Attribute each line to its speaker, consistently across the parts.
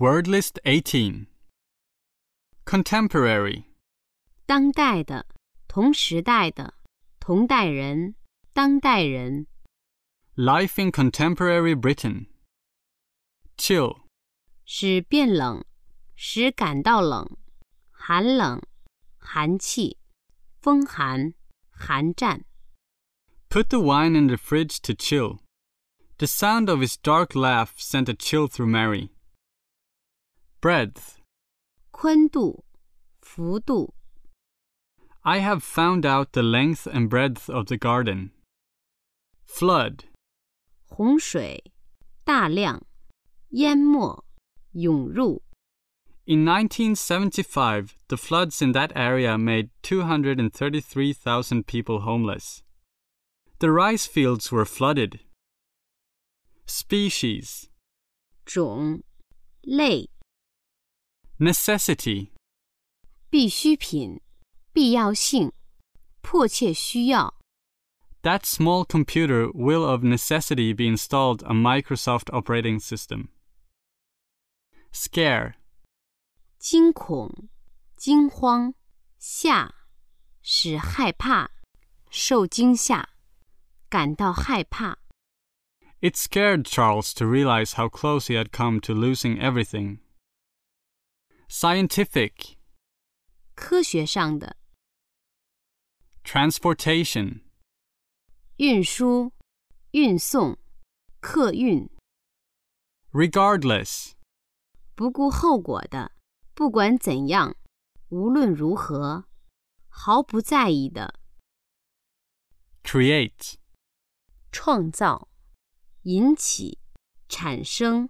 Speaker 1: Word list 18 Contemporary
Speaker 2: 当代的、同时代的、同代人、当代人、
Speaker 1: Life in Contemporary Britain Chill
Speaker 2: 使变冷，使感到冷、寒冷、寒气、风寒、寒战。
Speaker 1: Put the wine in the fridge to chill. The sound of his dark laugh sent a chill through Mary. Breadth
Speaker 2: 宽度、幅度、
Speaker 1: I have found out the length and breadth of the garden. Flood
Speaker 2: 洪水、大量、淹没、涌入。
Speaker 1: In 1975, the floods in that area made 233,000 people homeless. The rice fields were flooded. Species
Speaker 2: 种、类、
Speaker 1: Necessity
Speaker 2: 必需品、必要性、迫切需要。
Speaker 1: That small computer will of necessity be installed a Microsoft operating system. Scare
Speaker 2: 惊恐、惊慌、吓，使害怕、受惊吓、感到害怕。
Speaker 1: It scared Charles to realize how close he had come to losing everything. Scientific
Speaker 2: 科学上的
Speaker 1: Transportation
Speaker 2: 运输、运送、客运，
Speaker 1: Regardless
Speaker 2: 不顾后果的，不管怎样，无论如何，毫不在意的
Speaker 1: Create
Speaker 2: 创造、引起、产生。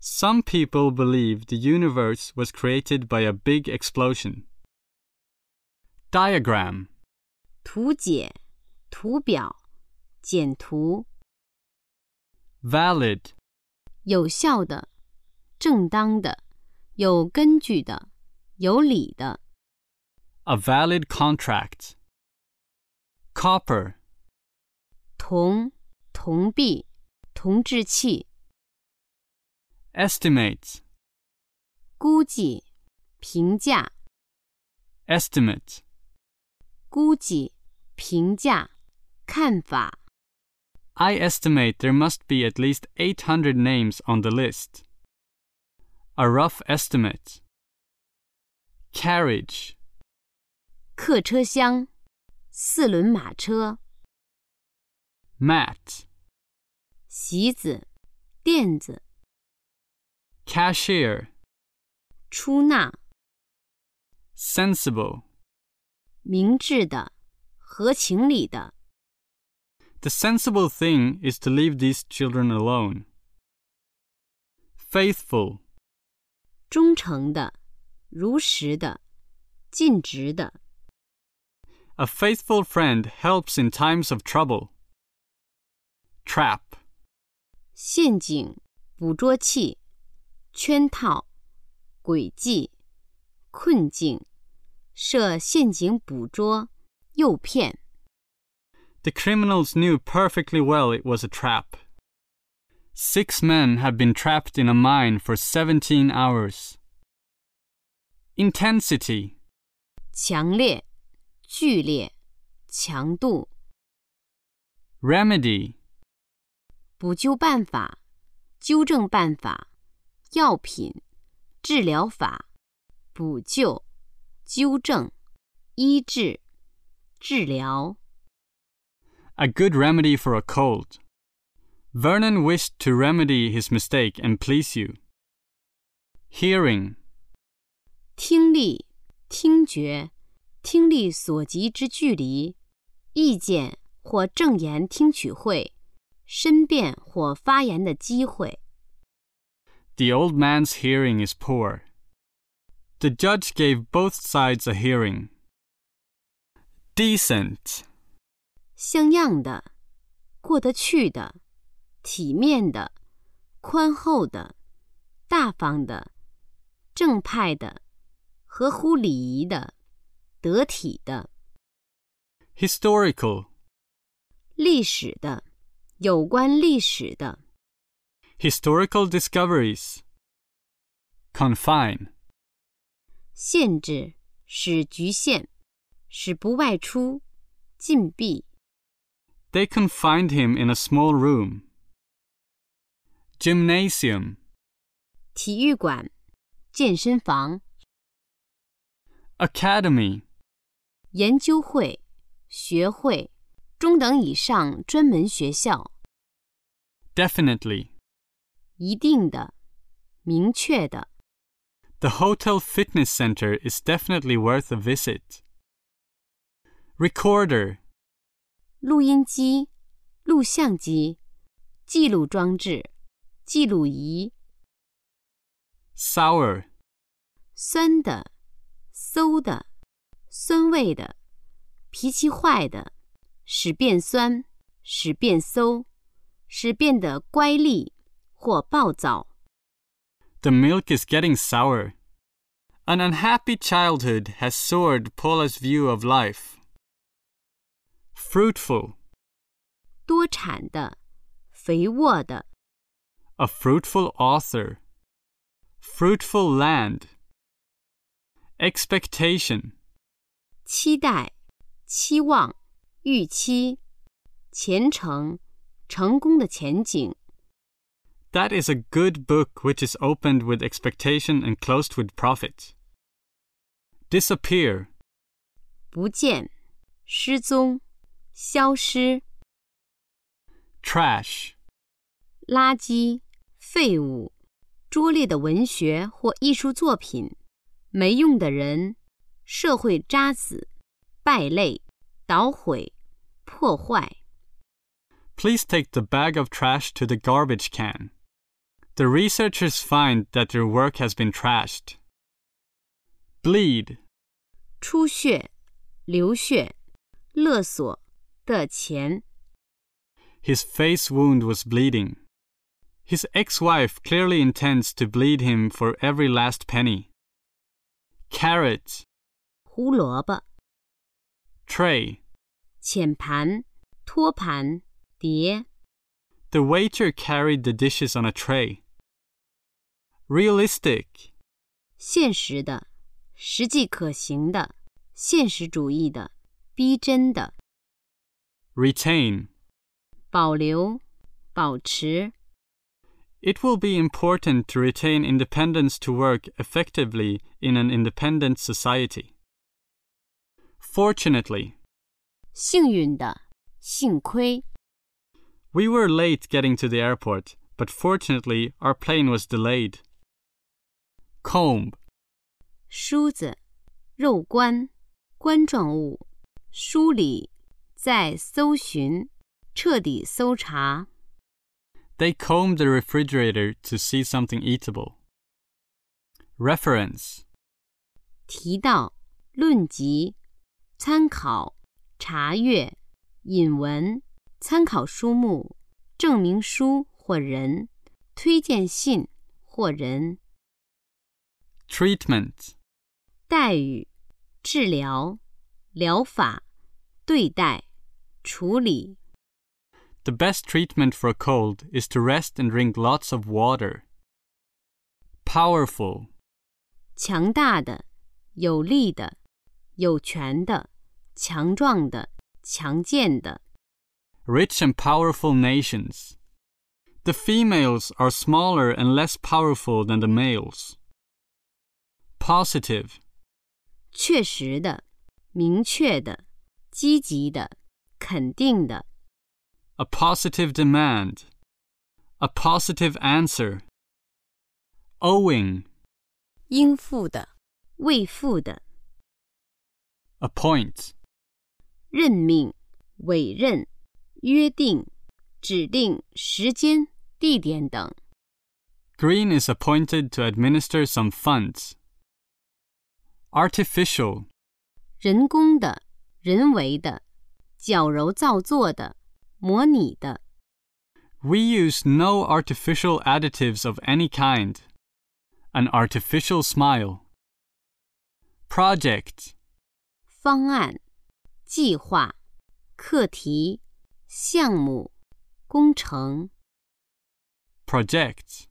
Speaker 1: Some people believe the universe was created by a big explosion. Diagram
Speaker 2: 图解、图表、简图，
Speaker 1: Valid
Speaker 2: 有效的、正当的、有根据的、有理的，
Speaker 1: A valid contract. Copper
Speaker 2: 铜、铜币、铜制器、
Speaker 1: Estimate
Speaker 2: 估计、评价、
Speaker 1: Estimate
Speaker 2: 估计、评价、看法。
Speaker 1: I estimate there must be at least 800 names on the list. A rough estimate. Carriage.
Speaker 2: 客车厢、四轮马车、
Speaker 1: Mat.
Speaker 2: 席子、垫子、
Speaker 1: Cashier.
Speaker 2: 出纳、
Speaker 1: Sensible.
Speaker 2: 明智的、合情理的。
Speaker 1: The sensible thing is to leave these children alone. Faithful.
Speaker 2: 忠诚的、如实的、尽职的。
Speaker 1: A faithful friend helps in times of trouble. Trap.
Speaker 2: 陷阱、捕捉器、圈套、诡计、困境、设陷阱捕捉、诱骗。
Speaker 1: The criminals knew perfectly well it was a trap. Six men had been trapped in a mine for 17 hours. Intensity
Speaker 2: 强烈、剧烈、强度、
Speaker 1: Remedy
Speaker 2: 补救办法、纠正办法、药品、治疗法、补救、纠正、医治、治疗。
Speaker 1: A good remedy for a cold. Vernon wished to remedy his mistake and please you. Hearing
Speaker 2: 听力、听觉、听力所及之距离、意见或证言听取会、申辩或发言的机会。
Speaker 1: The old man's hearing is poor. The judge gave both sides a hearing. Decent.
Speaker 2: 像样的、过得去的、体面的、宽厚的、大方的、正派的、合乎礼仪的、得体的、
Speaker 1: Historical.
Speaker 2: 历史的、有关历史的、
Speaker 1: Historical discoveries. confine,
Speaker 2: 限制，使局限，使不外出，禁闭。
Speaker 1: they confined him in a small room. Gymnasium,
Speaker 2: 体育馆、健身房、
Speaker 1: academy,
Speaker 2: 研究会、学会、中等以上专门学校，
Speaker 1: definitely,
Speaker 2: 一定的、明确的
Speaker 1: The Hotel Fitness Center is definitely worth a visit. Recorder,
Speaker 2: 录音机、录像机、记录装置、记录仪、
Speaker 1: sour,
Speaker 2: 酸的、馊的、酸味的、脾气坏的，使变酸，使变馊，使变得乖戾或暴躁。
Speaker 1: the milk is getting sour. An unhappy childhood has soured Paula's view of life. Fruitful,
Speaker 2: 多产的、肥沃的、
Speaker 1: a fruitful author. Fruitful land. Expectation,
Speaker 2: 期待、期望、预期、前程、成功的前景、
Speaker 1: that is a good book which is opened with expectation and closed with profit. Disappear.
Speaker 2: 不见、失踪、消失、
Speaker 1: Trash.
Speaker 2: 垃圾、废物、拙劣的文学或艺术作品、没用的人、社会渣滓、败类、捣毁、破坏。
Speaker 1: Please take the bag of trash to the garbage can. The researchers find that their work has been trashed. Bleed.
Speaker 2: 出血、流血、勒索的钱，
Speaker 1: His face wound was bleeding. His ex wife clearly intends to bleed him for every last penny. Carrot.
Speaker 2: 胡萝卜、
Speaker 1: Tray.
Speaker 2: 浅盘、托盘、碟、
Speaker 1: The waiter carried the dishes on a tray. Realistic.
Speaker 2: 现实的、实际可行的、现实主义的、逼真的、
Speaker 1: Retain.
Speaker 2: 保留、保持。
Speaker 1: It will be important to retain independence to work effectively in an independent society. Fortunately,
Speaker 2: 幸运的，幸亏
Speaker 1: we were late getting to the airport, but fortunately, our plane was delayed. Comb,
Speaker 2: 梳子、肉冠、冠状物、梳理、在搜寻、彻底搜查、
Speaker 1: they combed the refrigerator to see something eatable. Reference,
Speaker 2: 提到、论及、参考、查阅、引文、参考书目、证明书或人、推荐信或人、
Speaker 1: treatment,
Speaker 2: 待遇、治疗、疗法、对待、处理。
Speaker 1: The best treatment for a cold is to rest and drink lots of water. Powerful.
Speaker 2: 强大的、有力的、有权的、强壮的、强健的。
Speaker 1: Rich and powerful nations. The females are smaller and less powerful than the males. Positive.
Speaker 2: 确实的、明确的、积极的、肯定的。
Speaker 1: A positive demand. A positive answer. Owing.
Speaker 2: 应付的、未付的。
Speaker 1: Appoint.
Speaker 2: 任命、委任、约定、指定时间、地点等。
Speaker 1: Green is appointed to administer some funds. Artificial.
Speaker 2: 人工的、人为的、矫揉造作的、模拟的。
Speaker 1: We use no artificial additives of any kind. An artificial smile. Project.
Speaker 2: 方案、计划、课题、项目、工程，
Speaker 1: Project.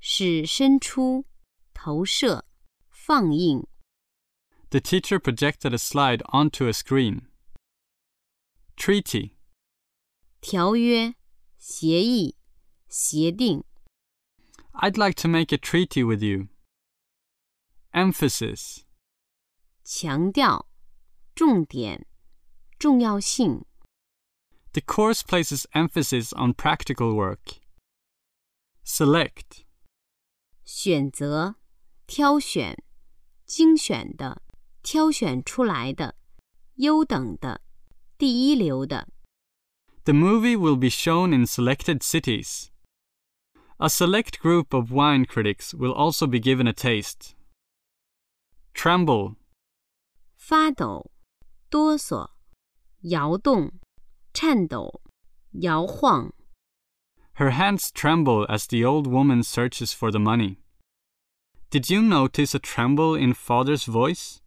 Speaker 2: 使伸出、投射、放映。
Speaker 1: The teacher projected a slide onto a screen. Treaty
Speaker 2: 条约、协议、协定。
Speaker 1: I'd like to make a treaty with you. Emphasis
Speaker 2: 强调、重点、重要性。
Speaker 1: The course places emphasis on practical work. Select
Speaker 2: 选择、挑选、精选的、挑选出来的、优等的、第一流的。
Speaker 1: The movie will be shown in selected cities. A select group of wine critics will also be given a taste. Tremble
Speaker 2: 发抖、哆嗦、摇动、颤抖、摇晃。
Speaker 1: Her hands tremble as the old woman searches for the money. Did you notice a tremble in father's voice?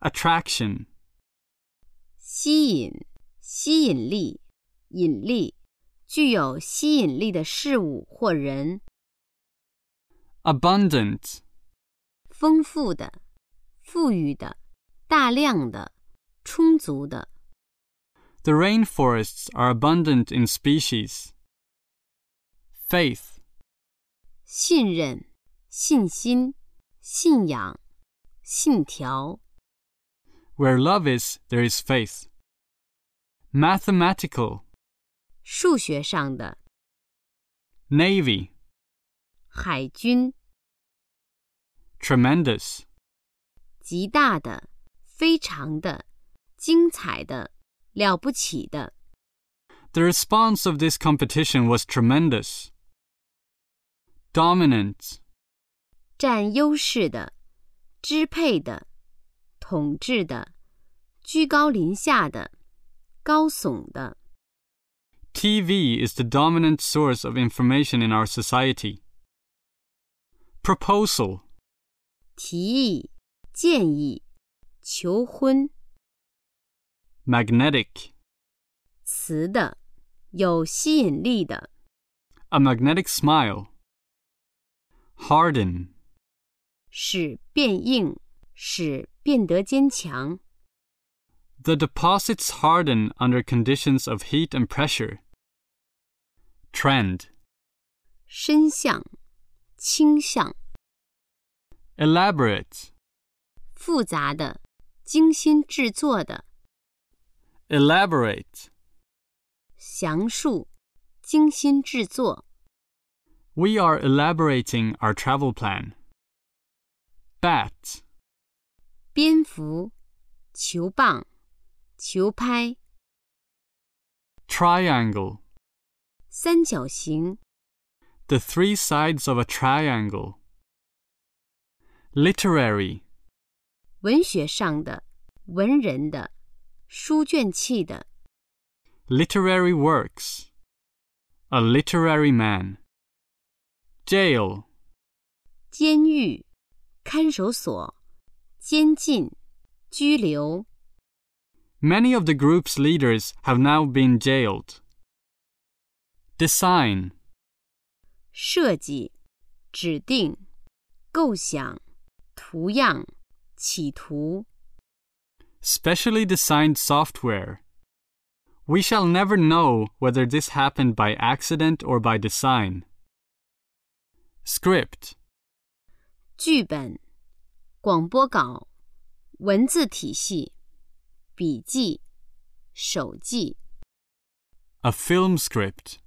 Speaker 1: Attraction.
Speaker 2: 吸引、吸引力、引力，具有吸引力的事物或人，
Speaker 1: Abundant.
Speaker 2: 丰富的、富裕的、大量的、充足的。
Speaker 1: The rainforests are abundant in species. Faith.
Speaker 2: 信任、信心、信仰、信条。
Speaker 1: Where love is, there is faith. Mathematical.
Speaker 2: 数学上的
Speaker 1: Navy.
Speaker 2: 海军，
Speaker 1: Tremendous.
Speaker 2: 极大的、非常的、精彩的、了不起的。
Speaker 1: The response of this competition was tremendous. Dominant.
Speaker 2: 占优势的、支配的、统治的、居高临下的、高耸的。
Speaker 1: TV is the dominant source of information in our society. Proposal.
Speaker 2: 提议、建议、求婚
Speaker 1: Magnetic.
Speaker 2: 词的、有吸引力的、
Speaker 1: A magnetic smile. Harden.
Speaker 2: 使变硬、使变得坚强。
Speaker 1: The deposits harden under conditions of heat and pressure. Trend.
Speaker 2: 身向、倾向、
Speaker 1: Elaborate.
Speaker 2: 复杂的、精心制作的、
Speaker 1: Elaborate.
Speaker 2: 详述、精心制作、
Speaker 1: We are elaborating our travel plan. Bat.
Speaker 2: 蝙蝠、球棒、球拍、
Speaker 1: Triangle.
Speaker 2: 三角形、
Speaker 1: The three sides of a triangle. Literary.
Speaker 2: 文学上的、文人的、书卷气的、
Speaker 1: Literary works. A literary man. Jail.
Speaker 2: 监狱、看守所、监禁、拘留。
Speaker 1: Many of the group's leaders have now been jailed. Design.
Speaker 2: 设计、指定、构想、图样、企图、
Speaker 1: Specially designed software. We shall never know whether this happened by accident or by design. Script.
Speaker 2: 剧本、广播稿、文字体系、笔记、手记、
Speaker 1: A film script.